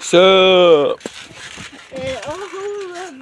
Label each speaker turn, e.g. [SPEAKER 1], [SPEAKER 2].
[SPEAKER 1] Sup?
[SPEAKER 2] Uh, oh.